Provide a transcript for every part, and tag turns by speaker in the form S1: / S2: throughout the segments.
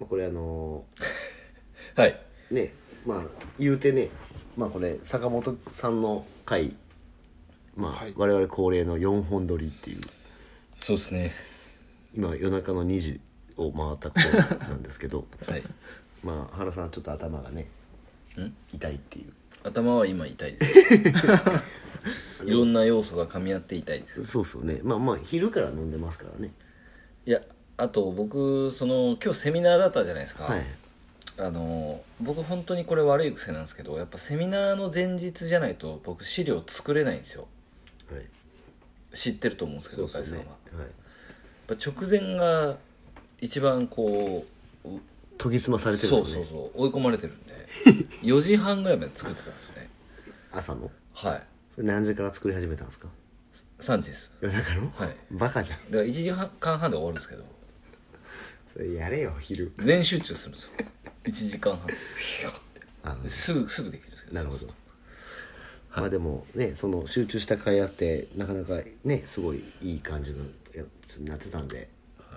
S1: まあ、これあの
S2: はい
S1: ーねまあ言うてねまあこれ坂本さんの回まあ、
S2: はい
S1: 我々恒例の4本撮りっていう
S2: そうですね
S1: 今夜中の2時を回った頃なんですけど
S2: はい
S1: まあ原さんはちょっと頭がね痛いっていう
S2: 頭は今痛いです いろんな要素が噛み合って痛いです
S1: そうそうねまあまあ昼から飲んでますからね
S2: いやあと僕その今日セミナーだったじゃないですか、
S1: はい
S2: あの僕本当にこれ悪い癖なんですけどやっぱセミナーの前日じゃないと僕資料作れないんですよ
S1: はい
S2: 知ってると思うんですけ
S1: そ
S2: ど
S1: うそ
S2: 岡
S1: う
S2: 井さん
S1: ね
S2: は、や
S1: はい
S2: っぱ直前が一番こう
S1: 研ぎ澄まされてる
S2: そ
S1: よ
S2: う
S1: ね
S2: そうそう追い込まれてる んで4時半ぐらいまで作ってたんですよね
S1: 朝の
S2: はい
S1: それ何時から作り始めたんですか
S2: 3時です
S1: 夜中の、
S2: はい
S1: バカじゃん
S2: だから1時間半で終わるんですけど
S1: それやれよ昼
S2: 全集中するんですよ1時間半
S1: あの
S2: すぐすぐできるんですけど
S1: なるほどまあでもねその集中した会あってなかなかねすごいいい感じのやつになってたんで、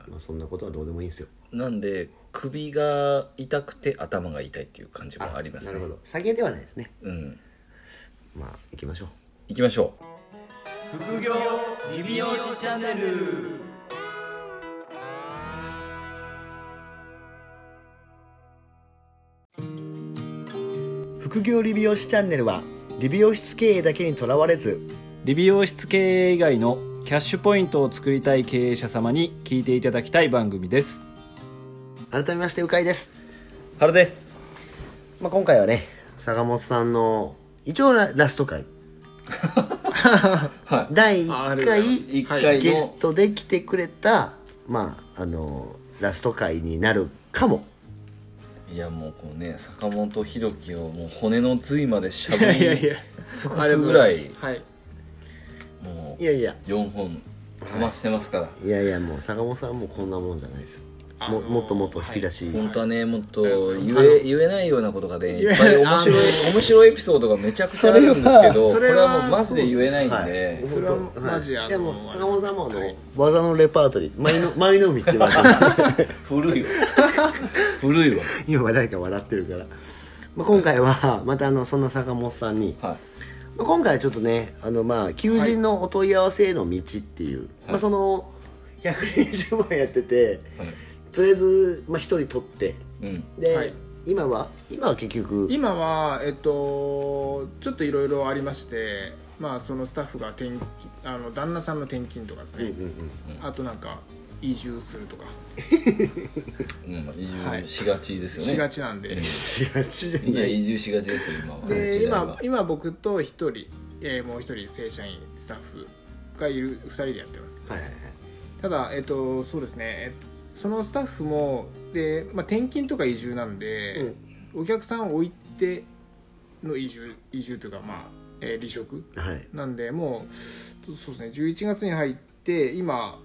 S1: まあそんなことはどうでもいいんですよ
S2: なんで首が痛くて頭が痛いっていう感じもあります
S1: な
S2: ね
S1: るほど下げではないですね
S2: うん
S1: まあ行きましょう
S2: 行きましょう
S3: 副業リビオシチャンネル
S1: 副業理美容師チャンネルは理美容室経営だけにとらわれず
S4: 理美容室経営以外のキャッシュポイントを作りたい経営者様に聞いていただきたい番組です
S1: 改めましてうかいです、
S2: 原です
S1: まあ、今回はね坂本さんの一応ララスト 回
S2: は い
S1: 第
S3: ああ
S1: 1
S3: りがとうございま
S1: 回
S3: す
S2: 1回の
S1: ゲストで来てくれたまああのラスト回になるかも
S2: いやもうこうね坂本弘樹をもう骨の髄までしゃぶり尽くすぐらい
S3: はい
S2: も
S1: いやいや
S2: う4本かましてますから、
S1: いやいやもう坂本さんはもうこんなもんじゃないですよももっともっと引き出し、
S2: 本当はねもっと
S3: あり
S2: 言
S3: がとうございます
S2: え言えないようなことがねいっぱい面白い面白いエピソードがめちゃくちゃあるんですけど
S3: そ
S2: こ
S3: れ
S2: れ
S3: は
S2: はもうマジで言えないんで、
S1: はい
S3: それは
S1: 本当
S3: マジ
S1: はい
S3: あの
S1: いやもう坂本さんもあの、技のレパートリー舞の 舞の海って言われてる
S2: 古 いわ古いわ
S1: 今は誰か笑ってるから、まあ、今回はまたあのそんな坂本さんに、
S2: はい
S1: まあ、今回はちょっとねあのまあ求人のお問い合わせへの道っていう、まあ、その120万やってて、
S2: はい
S1: とりあえず、まあ、1人取って
S2: うん
S1: で、
S3: はい
S1: 今は今は結局
S3: 今はえっとちょっといろいろありましてまあそのスタッフが転勤あの旦那さんの転勤とかですね、あとなんか移住するとか
S2: うん移
S3: は
S2: 住
S3: い
S2: しがちですよね、
S3: しがちなんで、
S1: しがちじゃ
S2: い
S1: な
S2: や
S1: い
S2: 移住しがちですよ今は
S3: で
S2: 時代は
S3: 今今僕と一人、えーもう一人正社員スタッフがいる二人でやってます
S1: はいはいはい
S3: ただえっとそうですねそのスタッフもで、まあ、転勤とか移住なんで、お客さんを置いての移住移住というかまあ、えー離職
S1: はい
S3: なんでもうそうですね11月に入って今、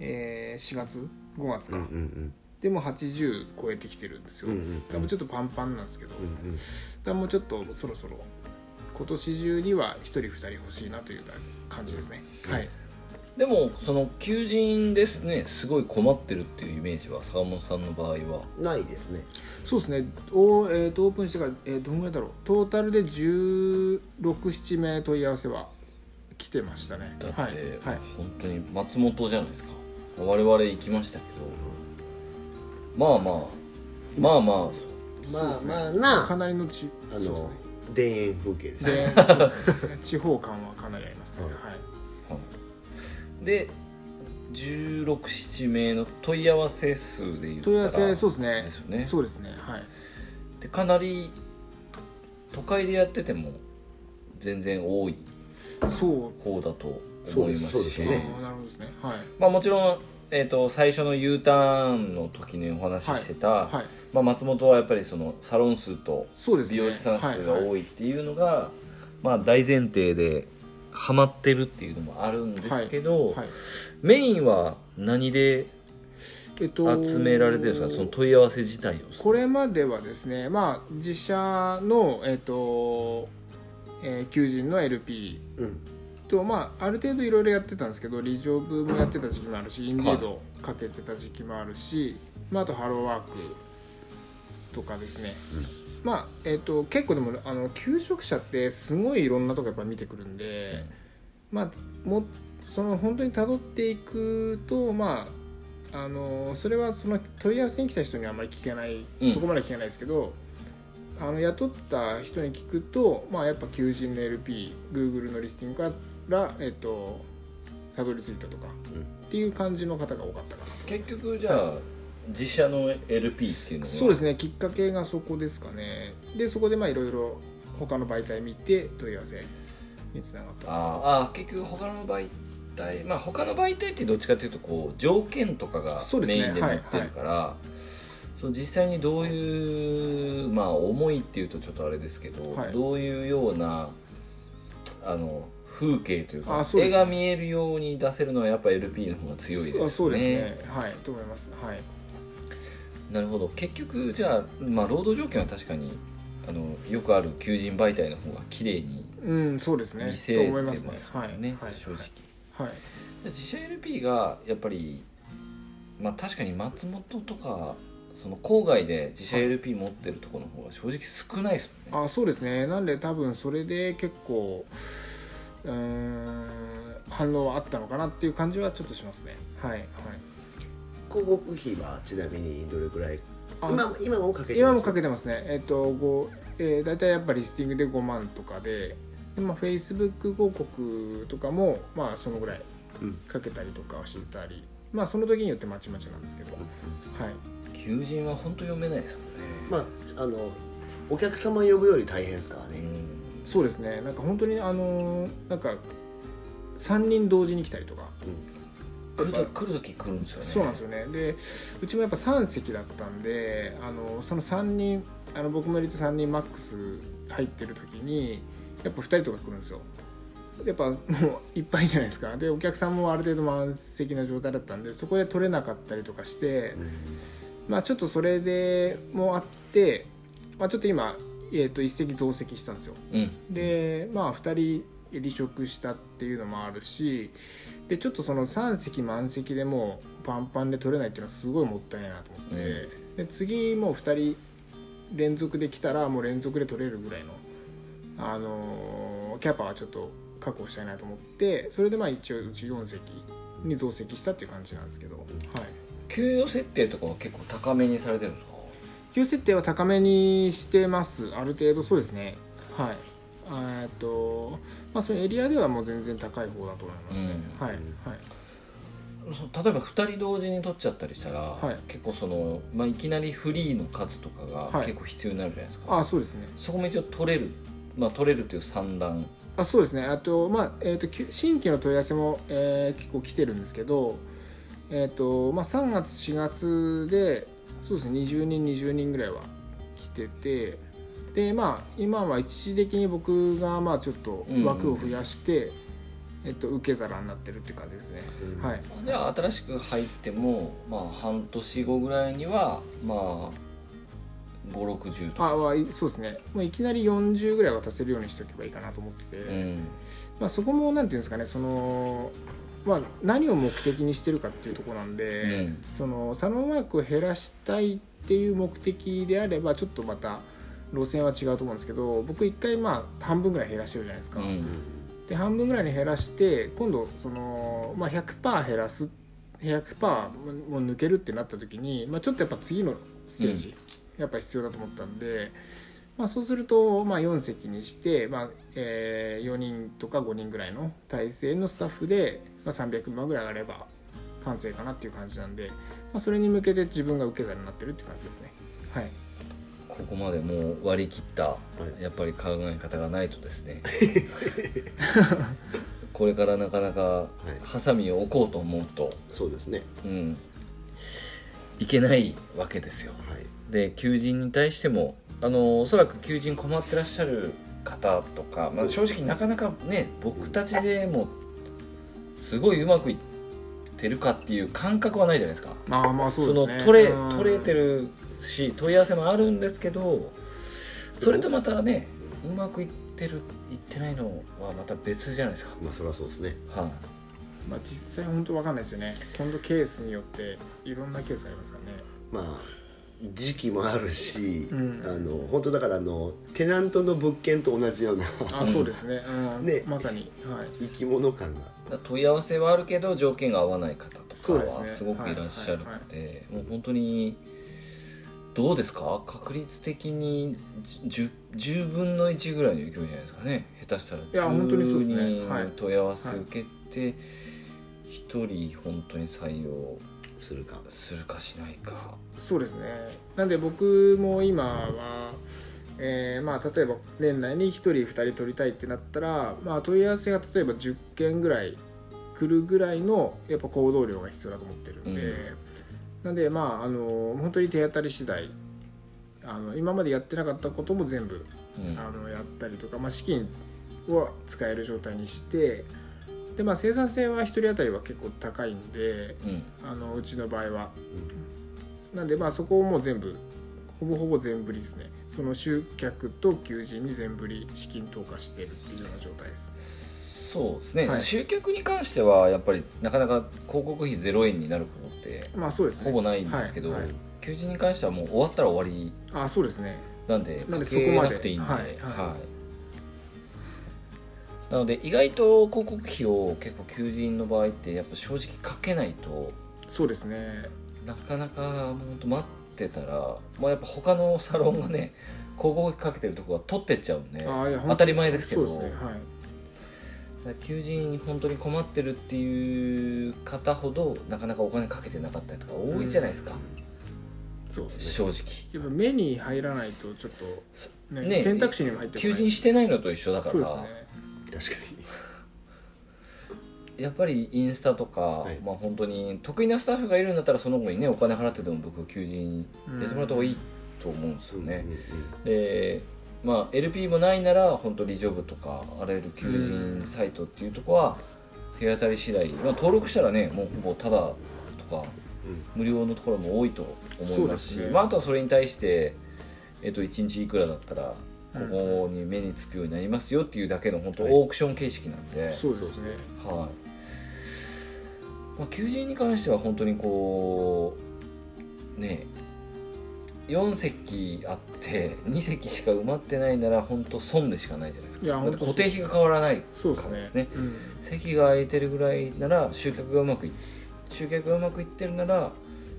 S3: えー4月5月か、
S1: うんうん
S3: でもう80超えてきてるんですよ、
S1: うんうんうん
S3: だからもうちょっとパンパンなんですけど、
S1: うんうん
S3: だからもうちょっとそろそろ今年中には1人2人欲しいなという感じですね、はい
S2: でもその求人ですねすごい困ってるっていうイメージは坂本さんの場合は
S1: ないですね
S3: そうですねお、えーとオープンしてから、えーどんぐらいだろうトータルで1617名問い合わせは来てましたね
S2: だって、
S3: はい、はい、
S2: 本当に松本じゃないですか我々行きましたけど、まあまあまあまあそう
S1: まあ
S3: そうですね
S1: まあな
S3: かなりのち
S1: あ
S3: そうです
S1: の
S3: ね
S1: 田園風景ですね
S3: でそうですね 地方感はかなりありますね、
S1: はい
S3: はい
S2: で1617名の問い合わせ数で言ったら
S3: 問い合わせそうですね
S2: ですよね
S3: そうですねはい
S2: でかなり都会でやってても全然多い
S3: そう
S2: 方だと思いま
S1: そうで
S2: す
S1: すそ
S2: し
S1: うですよね
S3: あーなるほどですねはい
S2: まあ、もちろん、えー、と最初の U ターンの時にお話ししてた、
S3: はい
S2: まあ、松本はやっぱりそのサロン数と
S3: そうですね
S2: 美容師さん数が
S3: はいはい
S2: 多いっていうのが、まあ、大前提でハマってるっていうのもあるんですけど、
S3: はい
S2: メインは何で
S3: えっと
S2: 集められてるんですかその問い合わせ自体を
S3: これまではですねまあ自社のえっと、えー求人の LP
S1: うん
S3: とまあある程度いろいろやってたんですけどリジョブもやってた時期もあるしインディードかけてた時期もあるし、まあ、あとハローワークとかですね、まあえっと結構でもあの求職者ってすごいいろんなとこやっぱ見てくるんで、まあもその本当に辿っていくとまああのそれはその問い合わせに来た人にはあんまり聞けない、
S2: うん
S3: そこまで聞けないですけどあの雇った人に聞くと、まあ、やっぱ求人の LPGoogle のリスティングから、えっと、たどり着いたとか、
S1: うん
S3: っていう感じの方が多かったかな
S2: 結局じゃあ自社の LP っていうのは
S3: そうですねきっかけがそこですかねでそこでまあいろいろ他の媒体見て問い合わせにつながった
S2: あーあー結局他の媒体まあ他の媒体ってどっちかというとこう条件とかが
S3: そうです
S2: メ
S3: ね
S2: インで載ってるからそう実際にどういうまあ思いっていうとちょっとあれですけど、
S3: はい
S2: どういうようなあの風景というか
S3: あそうで
S2: 絵
S3: すね
S2: が見えるように出せるのはやっぱ LP の方が強いですよ
S3: そう
S2: ね。
S3: そうですねはいと思いますはい
S2: なるほど結局じゃあ、まあ、労働条件は確かにあのよくある求人媒体の方が綺麗に
S3: うんそうですね
S2: 見せて
S3: と思い
S2: ま
S3: ますすね
S2: も
S3: はい
S2: んね
S3: はい
S2: 正直。
S3: はい
S2: 自社 LP がやっぱり、まあ、確かに松本とかその郊外で自社 LP 持ってるところの方が正直少ないですもんね、
S3: あそうですねなんで多分それで結構うーん反応はあったのかなっていう感じはちょっとしますねはいはい
S1: 広告費はちなみにどれくらい
S3: あ
S1: 今今もかけて
S3: 今もか
S1: け
S3: けてますねえっ、とご、えー、大体やっぱリスティングで5万とかでで、まあ、Facebook 広告とかもまあそのぐらい
S1: うん
S3: かけたりとかはしてたり、まあその時によってまちまちなんですけど、はい
S2: 求人は本当読めないですもんね、
S1: まああのお客様呼ぶより大変ですから
S2: う
S1: ね、
S2: ん
S3: そうですねなんか本当にあのーなんか3人同時に来たりとか
S2: 来ると来る時来るんですよね
S3: そうなんですよねでうちもやっぱ3席だったんであのその3人あの僕も入れて3人マックス入ってる時にやっぱ2人とか来るんですよやっぱもういっぱいじゃないですかでお客さんもある程度満席な状態だったんでそこで取れなかったりとかして、まあちょっとそれでもあって、まあ、ちょっと今、えー、と1席増席したんですよ
S2: うん
S3: でまあ2人離職したっていうのもあるしでちょっとその3席満席でもうパンパンで取れないっていうのはすごいもったいないなと思って、で次もう2人連続で来たらもう連続で取れるぐらいの、あのーキャパはちょっと確保したいなと思ってそれでまあ一応うち4席に増席したっていう感じなんですけど、はい、
S2: 給与設定とかは結構高めにされてるんですか
S3: 給設定は高めにしてますある程度そうですねはいえっとまあそのエリアではもう全然高い方だと思いますね、
S2: うん
S3: はいはい
S2: その例えば2人同時に取っちゃったりしたら、
S3: はい
S2: 結構その、まあ、いきなりフリーの数とかが
S3: はい
S2: 結構必要になるじゃないですか、
S3: あそうですね
S2: そこも一応取れる、まあ、取れるっていう算段
S3: あそうですねあとまあ、えー、ときゅ新規の問い合わせも、えー結構来てるんですけどえっ、とまあ3月4月でそうですね20人20人ぐらいは来ててでまあ今は一時的に僕がまあちょっと枠を増やして、えっと、受け皿になってるっていう感じですね、
S1: うん
S3: はい
S2: じゃあ新しく入っても、まあ、半年後ぐらいにはまあ560とか、
S3: あはいそうですねもういきなり40ぐらい渡せるようにしておけばいいかなと思ってて、
S2: うん、
S3: まあ、そこもなんていうんですかねその、まあ、何を目的にしてるかっていうところなんで、
S2: うん
S3: そのサロンワークを減らしたいっていう目的であればちょっとまた路線は違うと思うんですけど僕一回まあ半分ぐらい減らしてるじゃないです
S2: う
S3: か、
S1: うんん
S3: で半分ぐらいに減らして今度その、まあ、100%減らす100%もう抜けるってなった時に、まあ、ちょっとやっぱ次のステージ、やっぱり必要だと思ったんで、まあ、そうすると、まあ、4席にして、まあえ4人とか5人ぐらいの体制のスタッフで、まあ、300万ぐらいあれば完成かなっていう感じなんで、まあ、それに向けて自分が受け皿になってるって感じですね。はい、
S2: ここまでもう割り切った
S1: い
S2: やっぱり考え方がないとです ねこれからなかなか
S1: い
S2: ハサミを置こうと思うと、
S1: そうですね
S2: うん、いけないわけですよ。
S1: はい
S2: で求人に対してもあのおそらく求人困ってらっしゃる方とか、まあ、正直なかなかね僕たちでもすごいうまくいってるかっていう感覚はないじゃないですか。
S3: まあまあそうですね
S2: の取れ
S3: うん
S2: 取れてるし問い合わせもあるんですけどそれとまたねうまくいってるいってないのはまた別じゃないですか。
S1: まあそりゃそうですね
S2: はい、
S3: まあ、実際本当わかんないですよね今度ケースによっていろんなケースがありますからね
S1: まあ時期もあるし、
S3: うん
S1: あの本当だからあのテナントの物件と同じような
S3: あそうですね,、うん、
S1: ね
S3: まさに、はい、
S1: 生き物感が
S2: だから問い合わせはあるけど条件が合わない方とか
S3: そうです
S2: は
S3: ね
S2: すごくいらっしゃるのでもう本当にどうですか確率的に 10, 10分の1ぐらいの勢いじゃないですかね下手したら
S3: や本当にそうですねはい
S2: 10人問い合わせ受けて1人本当に採用
S1: するか
S2: するかしないか。
S3: そうですねなんで僕も今は、えーまあ、例えば年内に1人2人取りたいってなったら、まあ、問い合わせが例えば10件ぐらい来るぐらいのやっぱ行動量が必要だと思ってるんで、
S2: うん
S3: なんでまああの本当に手当たり次第あの今までやってなかったことも全部
S2: うん
S3: あのやったりとか、まあ、資金を使える状態にしてで、まあ、生産性は1人当たりは結構高いんで
S2: うん
S3: あのうちの場合は、なんでまあそこをもう全部ほぼほぼ全振りですねその集客と求人に全振り資金投下してるっていうような状態です
S2: そうですね、
S3: はい
S2: 集客に関してはやっぱりなかなか広告費0円になることって
S3: まあそうですね
S2: ほぼないんですけど、
S3: はいはい
S2: 求人に関してはもう終わったら終わり
S3: あそうですね
S2: なんで
S3: なん
S2: か
S3: で
S2: けなくていいんで
S3: そこま
S2: はい
S3: ではいはい
S2: なので意外と広告費を結構求人の場合ってやっぱ正直かけないと
S3: そうですね
S2: なかなかもうほんと待ってたら、まあ、やっぱ他のサロンがね広告費かけてるとこは取ってっちゃうんで
S3: あいや
S2: 当たり前ですけど
S3: そうですね
S2: だ
S3: はい
S2: から求人本当に困ってるっていう方ほどなかなかお金かけてなかったりとか多いじゃないですか、
S1: そうですね
S2: 正直
S3: やっぱ目に入らないとちょっ
S2: そ
S3: と、ね
S2: ね
S3: 選択肢にも入ってこ
S2: 求
S3: ない
S2: 人してないのと一緒だか
S3: そう
S2: ら
S3: ですね
S1: 確かに
S2: やっぱりインスタとか、
S1: い
S2: まあ本当に得意なスタッフがいるんだったらその子にねお金払ってでも僕求人やってもらった方がいいと思うんですよね、でまあ LP もないなら本当リジョブとかあらゆる求人サイトっていうとこは手当たり次第、まあ、登録したらねもうほぼタダとか
S1: うん
S2: 無料のところも多いと思いますし
S3: そうですね
S2: まあ、あとはそれに対して、えっと1日いくらだったらここに目につくようになりますよっていうだけの本当
S1: はい
S2: オークション形式なんで、
S3: そうですね
S2: はいまあ、求人に関しては本当にこうね4席あって2席しか埋まってないなら本当損でしかないじゃないですか
S3: いや
S2: だって
S3: 本当
S2: 固
S3: そう
S2: 定費が変わらない
S3: そうで
S2: か
S3: す
S2: ら
S3: ね
S2: ですね
S3: うん
S2: 席が空いてるぐらいなら集客がうまくい集客がうまくいってるなら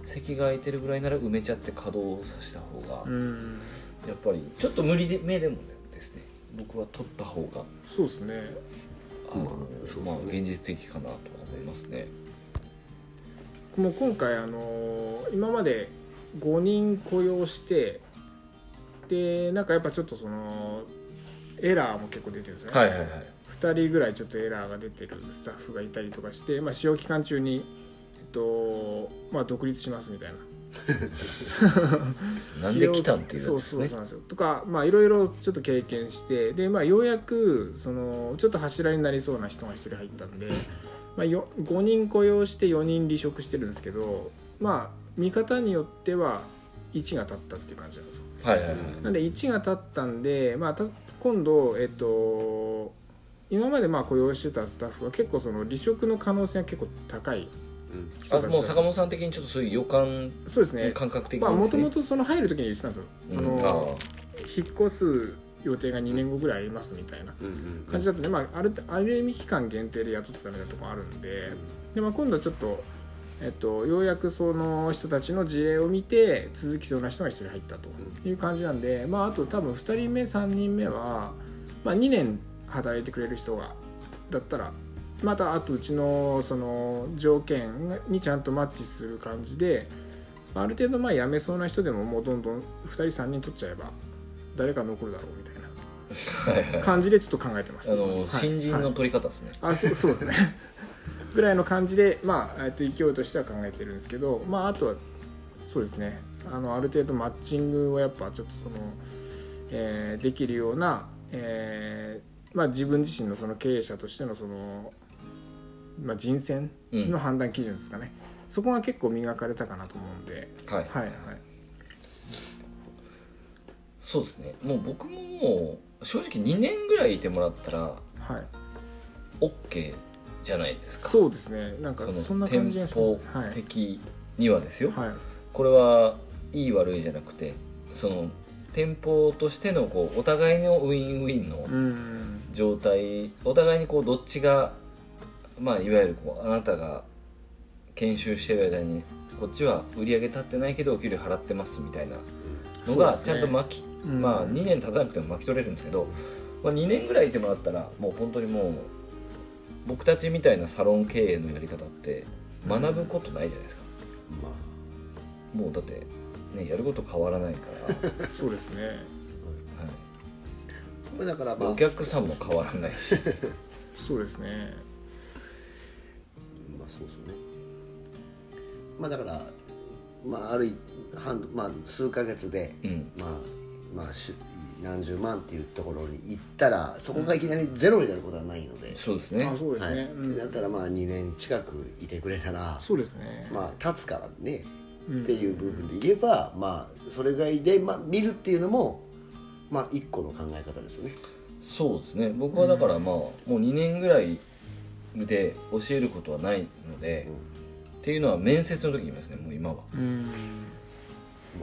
S2: 席が空いてるぐらいなら埋めちゃって稼働させた方が、
S3: うん
S2: やっぱりちょっと無理で目でもですね僕は取った方が
S3: そうですね
S2: あの、
S1: まあそうですね
S2: まあ、現実的かなと思いますね。
S3: もう今回あのー今まで5人雇用してでなんかやっぱちょっとそのエラーも結構出てるんですね、
S2: はいはいはい。
S3: 2人ぐらいちょっとエラーが出てるスタッフがいたりとかして、まあ、使用期間中に、えっとまあ、独立しますみたいな
S2: なんで来たんっていうやつです
S3: そうそう
S2: ね。
S3: そうなんですよとかまあいろいろちょっと経験してで、まあ、ようやくそのちょっと柱になりそうな人が1人入ったんで、まあ、よ5人雇用して4人離職してるんですけどまあ見方によっては1が立ったっていう感じなんですよ
S2: はいはいはい。
S3: なんで1が立ったんで、まあ、た今度えっと今までまあ雇用してたスタッフは結構その離職の可能性が結構高い
S1: うん
S3: 人たち
S2: あ
S3: だ
S2: もう坂本さん的にちょっとそういう予感、
S3: そうですね
S2: 感覚的に
S3: まあ
S2: で
S3: も
S2: す
S3: と
S2: ね
S3: もとその入る時に言ってたんですよ、そ
S2: うん
S3: の
S2: あ
S3: 引っ越す予定が2年後ぐらいありますみたいな
S1: うんうん
S3: 感じだったね、まあ、あるある意味期間限定で雇ってたみたいなところあるんでで、まあ、今度はちょっと、えっと、ようやくその人たちの事例を見て続きそうな人が1人入ったという感じなんで、まあ、あと多分2人目3人目は、まあ、2年働いてくれる人がだったらまたあとうちのその条件にちゃんとマッチする感じでまあある程度まあ辞めそうな人でももうどんどん2人3人取っちゃえば誰か残るだろうみたいな。感じでちょっと考えてます。
S2: あ
S3: はい
S2: の新人
S3: は
S2: の
S3: い
S2: 取り方ですね。
S3: あそうそうですね。 ぐらいの感じで、まあえっと勢いとしては考えてるんですけど、まああとはそうですね。あのある程度マッチングをやっぱちょっとその、えーできるような、えーまあ自分自身のその経営者としてのそのまあ人選
S2: うん。
S3: の
S2: はい
S3: 判断基準ですかね。そこが結構磨かれたかなと思うんで、
S2: はい
S3: はいはい。
S2: そうですね。もう僕ももう正直2年ぐらいいてもらったら
S3: はい、
S2: OK じゃないですか。
S3: そうですねなんかそんな感じがします
S2: 店舗
S3: はい
S2: 的にはですよ。
S3: はい
S2: これはいい悪いじゃなくてその店舗としてのこうお互いのウィンウィンの
S3: うん
S2: 状態お互いにこうどっちがまあいわゆるこうあなたが研修してる間にこっちは売り上げ立ってないけどお給料払ってますみたいなのがち
S3: そ
S2: ゃ
S3: う
S2: ん
S3: ですね
S2: と巻き、
S3: うん
S2: まあ2年経たなくても巻き取れるんですけど、まあ、2年ぐらいいてもらったらもう本当にもう僕たちみたいなサロン経営のやり方って学ぶことないじゃないですか、
S1: まあ
S2: もうだってねやること変わらない から、
S3: そうですね
S2: はい
S1: まあだからまあ
S2: お客さんも変わらないし
S3: そうですね
S1: まあそうそうねまあだからまあある一半まあ数ヶ月で、
S2: うん
S1: まあまあし何十万っていうところに行ったらそこがいきなりゼロになることはないので、
S2: そうですね
S3: あそうですね、
S1: はい
S3: うん
S1: だったらまあ2年近くいてくれたら
S3: そうですね、
S1: まあ立つからね
S3: うん
S1: っていう部分で言えば、まあそれぐらいで、まあ、見るっていうのもまあ一個の考え方ですよね
S2: そうですね僕はだからまあ、もう2年ぐらいで教えることはないので、っていうのは面接の時に言いますねもう今は
S3: うん
S1: も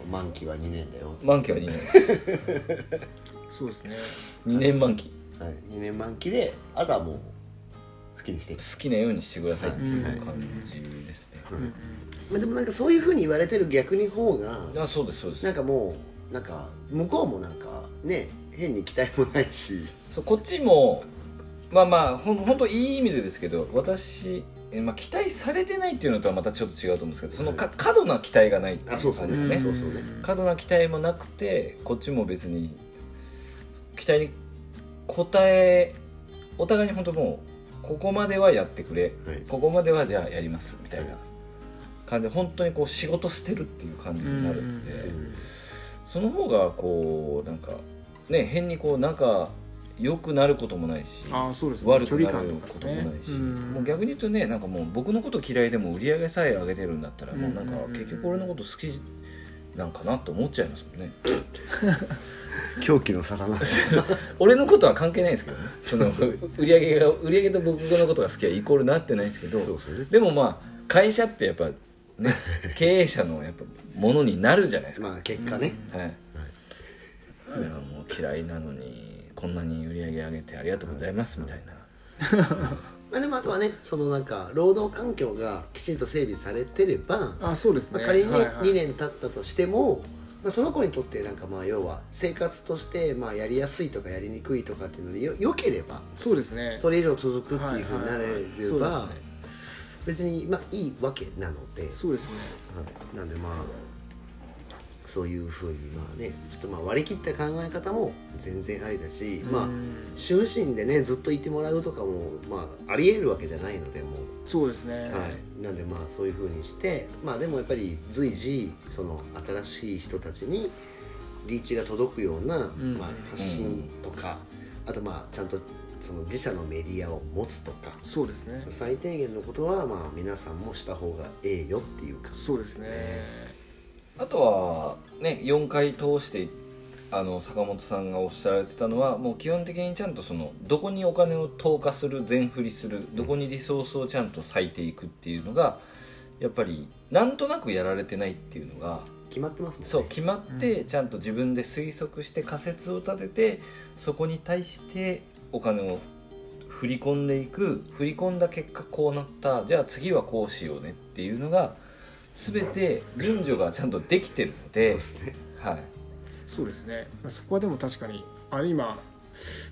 S1: う満期は2年だよ
S2: 満期は2年です
S3: そうですね
S2: 2年満期
S1: はい、2年満期であとはもう好きにしていく
S2: 好きなようにしてくださいっていう感じですね、
S1: まあ、でもなんかそういうふうに言われてる逆に方が
S2: あそうですそうで
S1: な
S2: す
S1: んかもうなんか向こうもなんかね変に期待もないし
S2: そうこっちもまあまあほんほんといい意味でですけど私、えまあ、期待されてないっていうのとはまたちょっと違うと思うんですけどそのか過度な期待がないっていう感じです
S1: ん
S2: ね
S1: そうそうね
S3: ん
S2: 過度な期待もなくてこっちも別に期待に応えお互いに本当もうここまではやってくれ
S1: はい
S2: ここまではじゃあやりますみたいな感じで本当にこう仕事してるっていう感じになるんで、その方がこうなんかね変にこう仲良くなることもないし
S3: あそうですね
S2: 悪く
S3: 距
S2: な
S3: 離
S2: る
S3: 感とか
S2: こ
S3: です
S2: とも
S3: ね
S2: ないし、
S3: うん
S2: もう逆に言うとねなんかもう僕のこと嫌いでも売り上げさえ上げてるんだったらもうなんか
S3: うん
S2: 結局俺のこと好きなんかなと思っちゃいますもんね
S1: 狂気の沙汰なんです よ
S2: 俺のことは関係ないですけどね その売り上げが売り上げと僕のことが好きはイコールなってないですけど
S1: そうそうね
S2: でもまあ会社ってやっぱね 経営者のやっぱものになるじゃないですか、
S1: まあ結果ね、
S2: はい、いやもう嫌いなのにこんなに売り上げ上げてありがとうございますみたいな、
S1: まあ、でもあとはねそのなんか労働環境がきちんと整備されてれば、ま
S3: あそうです
S1: あ、
S3: ね
S1: 仮に
S3: はいはい
S1: 2年経ったとしても、まあ、その子にとってなんかまあ要は生活としてまあやりやすいとかやりにくいとかっていうのでよよければ
S3: そうですね
S1: それ以上続くっていうふうになれれ
S3: はいはい
S1: ば、
S3: はいそうですね
S1: 別にまあいいわけなので、
S3: そうですね
S1: はいなんでまあそういうふうにまあねちょっとまあ割り切った考え方も全然ありだし、まあ終身でねずっといてもらうとかもまあありえるわけじゃないのでもう。
S3: そうですね
S1: はい、なんでまあそういう風にしてまあでもやっぱり随時その新しい人たちにリーチが届くような、
S3: ん
S1: まあ、発信とか、あとまあちゃんとその自社のメディアを持つとか
S3: そうですね
S1: 最低限のことはまあ皆さんもした方がええよっていうか
S3: そうですね
S2: あとはね4回通してあの坂本さんがおっしゃられてたのはもう基本的にちゃんとそのどこにお金を投下する全振りするどこにリソースをちゃんと割いていくっていうのがやっぱりなんとなくやられてないっていうのが
S1: 決まってますもんね
S2: そう決まってちゃんと自分で推測して仮説を立ててそこに対してお金を振り込んでいく振り込んだ結果こうなったじゃあ次はこうしようねっていうのが全て順序がちゃんとできてるの
S1: そう
S2: で
S1: で、すね
S2: はい、
S3: そうですねまあそこはでも確かにあれ今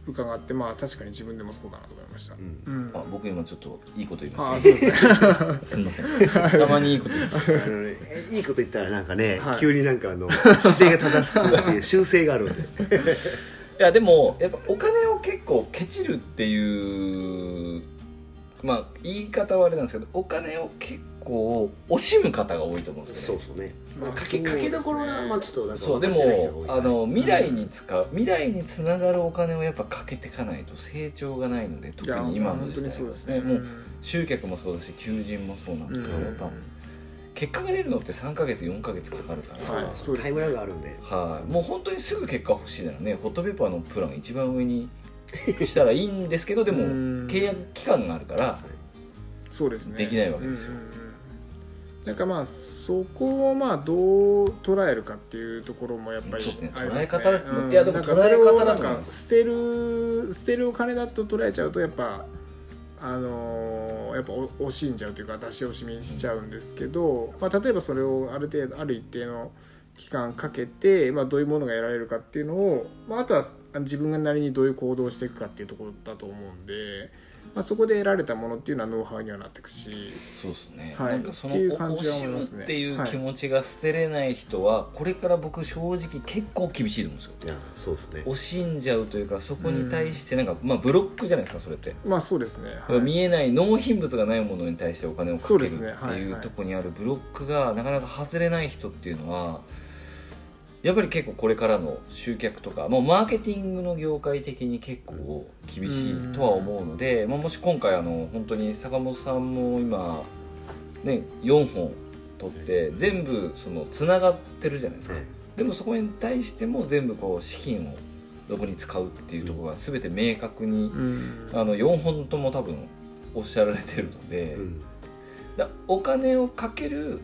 S3: 伺ってまあ確かに自分でもそうだなと思いました
S1: ん
S3: うん
S2: あ僕今ちょっといいこと言いま
S3: あ
S2: し
S3: そうですね
S2: たすみませんたまにいいこ と言います
S1: あのねいいこと言ったらなんかね、
S3: はい
S1: 急になんかあの姿勢が正しさっていう修正があるんで
S2: いやでもやっぱお金を結構ケチるっていうまあ言い方はあれなんですけどお金を結構惜しむ方が多いと思うんです
S1: そ
S2: よ
S1: う
S2: ね
S1: そうね、
S3: まあ
S1: かけ
S3: そうです
S1: か
S3: ね
S1: けどころがまあちょっとなんか
S2: そうで
S1: 分かってない人が
S2: も
S1: 多い
S2: あの未来に使う未来につながるお金をやっぱかけていかないと成長がないので特に今の時代はですねもう集客もそうだし求人もそうなんですけど、
S3: うん
S2: やっぱ結果が出るのって3か月4か月かかるから、
S1: そうなんですよ
S3: はいそうですね
S1: タイムラグあるんで
S2: はい、もう本当にすぐ結果欲しいならねホットペッパーのプラン一番上にしたらいいんですけどでも
S3: うん
S2: 契約期間があるから
S3: そうですね
S2: できないわけですよ
S3: うんうんうんなんかまあそこをまあどう捉えるかっていうところもやっぱり
S2: そうですね
S3: ありま
S2: 捉え方ですね
S3: うん
S2: いやでも
S3: なんかそれを
S2: 捉え方だと思い
S3: なん
S2: ま
S3: か
S2: す
S3: 捨てる捨てるお金だと捉えちゃうとやっぱあのーやっぱお惜しんじゃうというか出し惜しみしちゃうんですけど、まあ、例えばそれをある程度ある一定の期間かけて、まあ、どういうものが得られるかっていうのを、まあ、あとはあの自分なりにどういう行動をしていくかっていうところだと思うんで、まあ、そこで得られたものっていうのはノウハウにはなっていくし。
S2: そうですね、
S3: はい
S2: なんかその
S3: っていう感
S2: 惜
S3: じは
S2: し
S3: 思いま
S2: むっ
S3: すね
S2: ていう気持ちが捨てれない人はこれから僕正直結構厳しいと思うんですよ
S1: いやそうですね
S2: 惜しんじゃうというかそこに対してなんか、まあブロックじゃないですかそれって、
S3: まあそうですね、はい
S2: 見えない納品物がないものに対してお金をかけ
S3: そう
S2: る
S3: で
S2: って
S3: すねはい
S2: いう
S3: はい
S2: とこにあるブロックがなかなか外れない人っていうのはやっぱり結構これからの集客とかもうマーケティングの業界的に結構厳しいとは思うので、まあ、もし今回あの本当に坂本さんも今ね4本取って全部そのつながってるじゃないですか
S1: はい。
S2: でもそこに対しても全部こう資金をどこに使うっていうところが全て明確に
S3: うん
S2: あの4本とも多分おっしゃられてるので、
S1: うん
S2: だお金をかける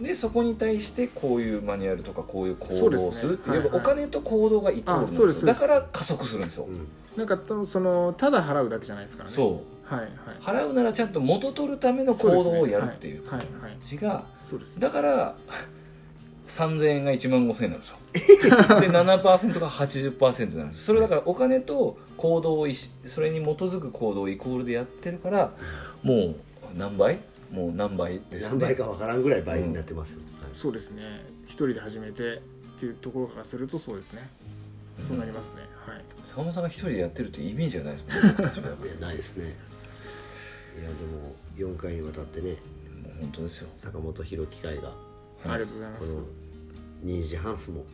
S2: でそこに対してこういうマニュアルとかこういう行動をするっていう
S3: そうですねはいはい
S2: お金と行動がイコールなんです
S3: あそう
S2: よ
S3: ですそうで
S2: だ
S3: す
S2: から加速するんですよ、
S1: うん
S3: なんかとそのただ払うだけじゃないですからね
S2: そ
S3: はいはいう
S2: 払うならちゃんと元取るための行動をやるっていう
S3: そうですねはいはいはい
S2: 違う
S3: そうですね
S2: だから3000円が1万5000円なんですよで7%が80%なんですそれだからお金と行動をいしそれに基づく行動をイコールでやってるからもう何倍もう何倍ですよ
S1: 何
S2: ね
S1: 倍かわからんぐらい倍になってますよ、はい
S3: そうですね一人で始めてっていうところからするとそうですねそうなりますね、はい
S2: 坂本さんが一人でやってるってイメージがないですもんね僕たちはやっぱり
S1: いやないですねいやでも4回にわたってね
S2: もう本当ですよ
S1: 坂本弘樹会が
S2: はい
S3: ありがとうございま
S1: こ
S3: す
S1: の2時半スも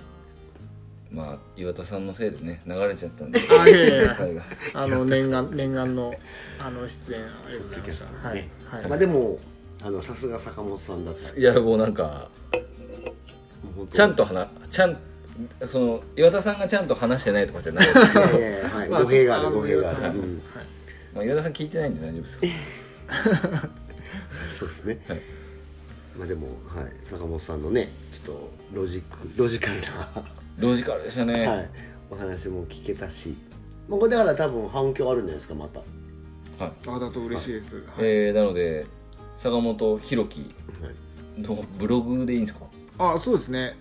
S2: まあ岩田さんのせいでね流れちゃったんで
S3: あいやいやいや
S2: 回が
S3: あの念願念願のあの出演ありがとうございました、
S1: ポッド
S3: は
S1: キャ
S3: い
S1: ス
S3: はい、
S1: まあでもあのさすが坂本さんだった
S2: いやもうなんか
S1: もう本当
S2: ちゃんと話ちゃんその岩田さんがちゃんと話してないとかじゃないで すけど
S1: いやいやはい語弊がある語弊があ
S3: はい
S1: る
S3: そう
S1: う
S3: で
S1: ん
S3: すはい
S2: まあ、岩田さん聞いてないんで大丈夫ですよ。
S1: そうですね
S2: はい
S1: まあでもはい坂本さんのねちょっとロジックロジカル
S2: ロジカルでしたね。
S1: なはいお話も聞けたしもうこれだから多分反響あるんじゃないですかまた
S2: はい。
S3: あだと嬉しいです、はい
S2: えー、なので坂本弘樹
S1: はい
S2: のブログでいいんですか。
S3: あそうですね、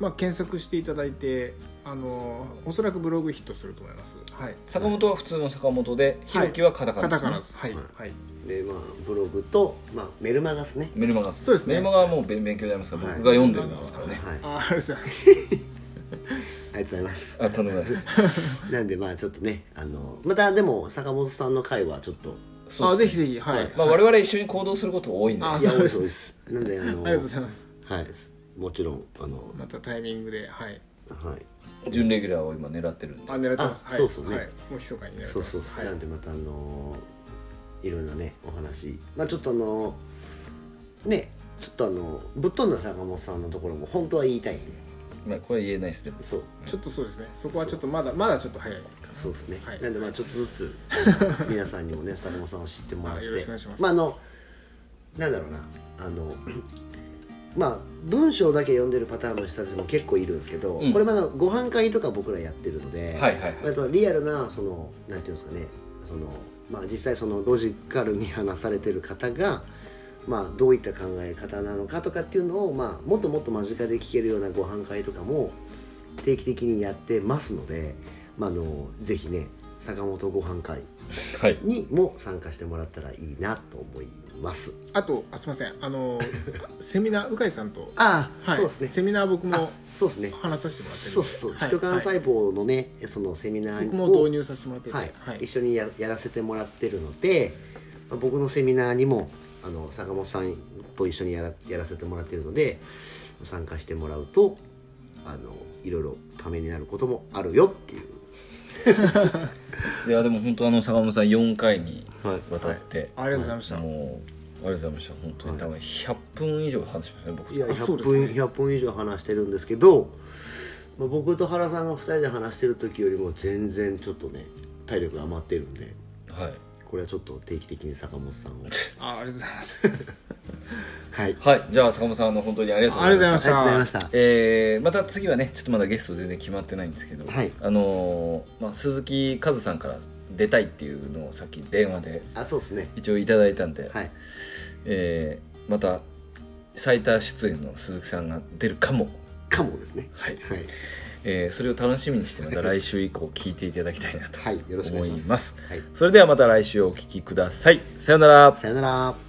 S3: まあ、検索していただいてあのおそらくブログヒットすると思いますはい
S2: 坂本は普通の坂本で、弘樹はカタカナ
S3: カ
S2: で
S3: タ
S2: す、ね
S3: カナですはい、
S1: は
S3: はいい
S1: でまあブログと、まあ、メルマガですね
S2: メルマガです。
S3: そうですね
S2: メルマガはもう勉勉強になりますから、
S1: はい
S2: 僕が読んでるんですからね。
S1: はい
S3: あありがとうございます
S1: ありがとうございます
S2: あ、頼むで す。
S1: なんでまあちょっとねあのまたでも坂本さんの回はちょっと
S2: そう
S3: あ
S2: で
S3: ぜ
S2: す
S3: ひ
S2: ね。
S3: ぜひはい、
S2: まあ我々一緒に行動すること多いんで。
S3: あ
S1: い
S3: そ
S1: や
S3: う
S1: 多い
S3: で
S1: ですす多いですなんであの
S3: ありがとうございます
S1: はいもちろんあの
S3: またタイミングではい
S1: はい
S2: 準レギュラーを今狙ってるんで
S3: あ。狙ってます
S1: あ
S3: はい
S1: そうそうね
S3: はい、もう密かに狙って
S1: そう
S3: ま
S1: そう
S3: す
S1: そう、
S3: はい
S1: なんでまたあのーいろんなねお話まあちょっとあのーねちょっとあのぶっ飛んだ坂本さんのところも本当は言いたいんで
S2: まあこれは言えないですね。
S1: そう
S3: ちょっとそうですねそこはちょっとまだまだちょっと早いかな
S1: そうですね、
S3: はい
S1: なんでまあちょっとず つ皆さんにもね坂本さんを知ってもらって
S3: あよろしくお願いします
S1: ああのなんだろうなあの まあ文章だけ読んでるパターンの人たちも結構いるんですけど、
S2: うん
S1: これまだご飯会とか僕らやってるので、
S2: はいはいはい
S1: まあとリアルなそのなんていうんですかねそのまあ実際そのロジカルに話されてる方がまあどういった考え方なのかとかっていうのをまあもっともっと間近で聞けるようなご飯会とかも定期的にやってますので、まあ、あのぜひね坂本ご飯会
S2: はい。
S1: にも参加してもらったらいいなと思います
S3: あとあすいませんあのセミナー鵜飼さんと
S1: ああ、
S3: はい
S1: そうですね
S3: セミナー僕も
S1: そうですね
S3: 話させてもらってるんで
S1: そうそう、
S3: はい
S1: 人幹細
S3: はい
S1: 胞のねそのセミナー
S3: 僕も導入させてもらってて
S1: はい
S3: はい
S1: 一緒にややらせてもらってるので、まあ僕のセミナーにもあの坂本さんと一緒にやらやらせてもらってるので参加してもらうとあのいろいろためになることもあるよっていう
S2: いやでも本当あの坂本さん4回に
S1: はい
S2: わたって、
S3: ありがとうございました、
S2: もうありがとうございました。本当に多分100分以上話しましたね。僕
S1: いや
S3: あそう
S1: 100
S3: です
S1: 分
S3: ね
S1: 100分以上話してるんですけど、まあ、僕と原さんが2人で話してる時よりも全然ちょっとね体力が余ってるんで
S2: はい。
S1: これはちょっと定期的に坂本さん を
S3: あありがとうございます。
S1: はい
S2: はいじゃあ坂本さんあの本当にありがとうござ
S3: あり
S2: い
S3: がと
S2: ま
S3: うござい
S2: した
S3: ま
S1: ありがとうございました
S2: えーまた次はねちょっとまだゲスト全然決まってないんですけど、
S1: はい
S2: あのーまあ、鈴木和さんから出たいっていうのをさっき電話で
S1: あそうですね
S2: 一応いただいたんで、
S1: はい
S2: えーまた最多出演の鈴木さんが出るかも、
S1: かもですね
S2: はい
S1: はい、
S2: えーそれを楽しみにしてまた来週以降聞いていただきたいなと
S1: はい、よろしくお
S2: 思
S1: 願い
S2: い
S1: します
S2: ます
S1: はい、
S2: それではまた来週お聞きくださいさようなら
S1: さよなら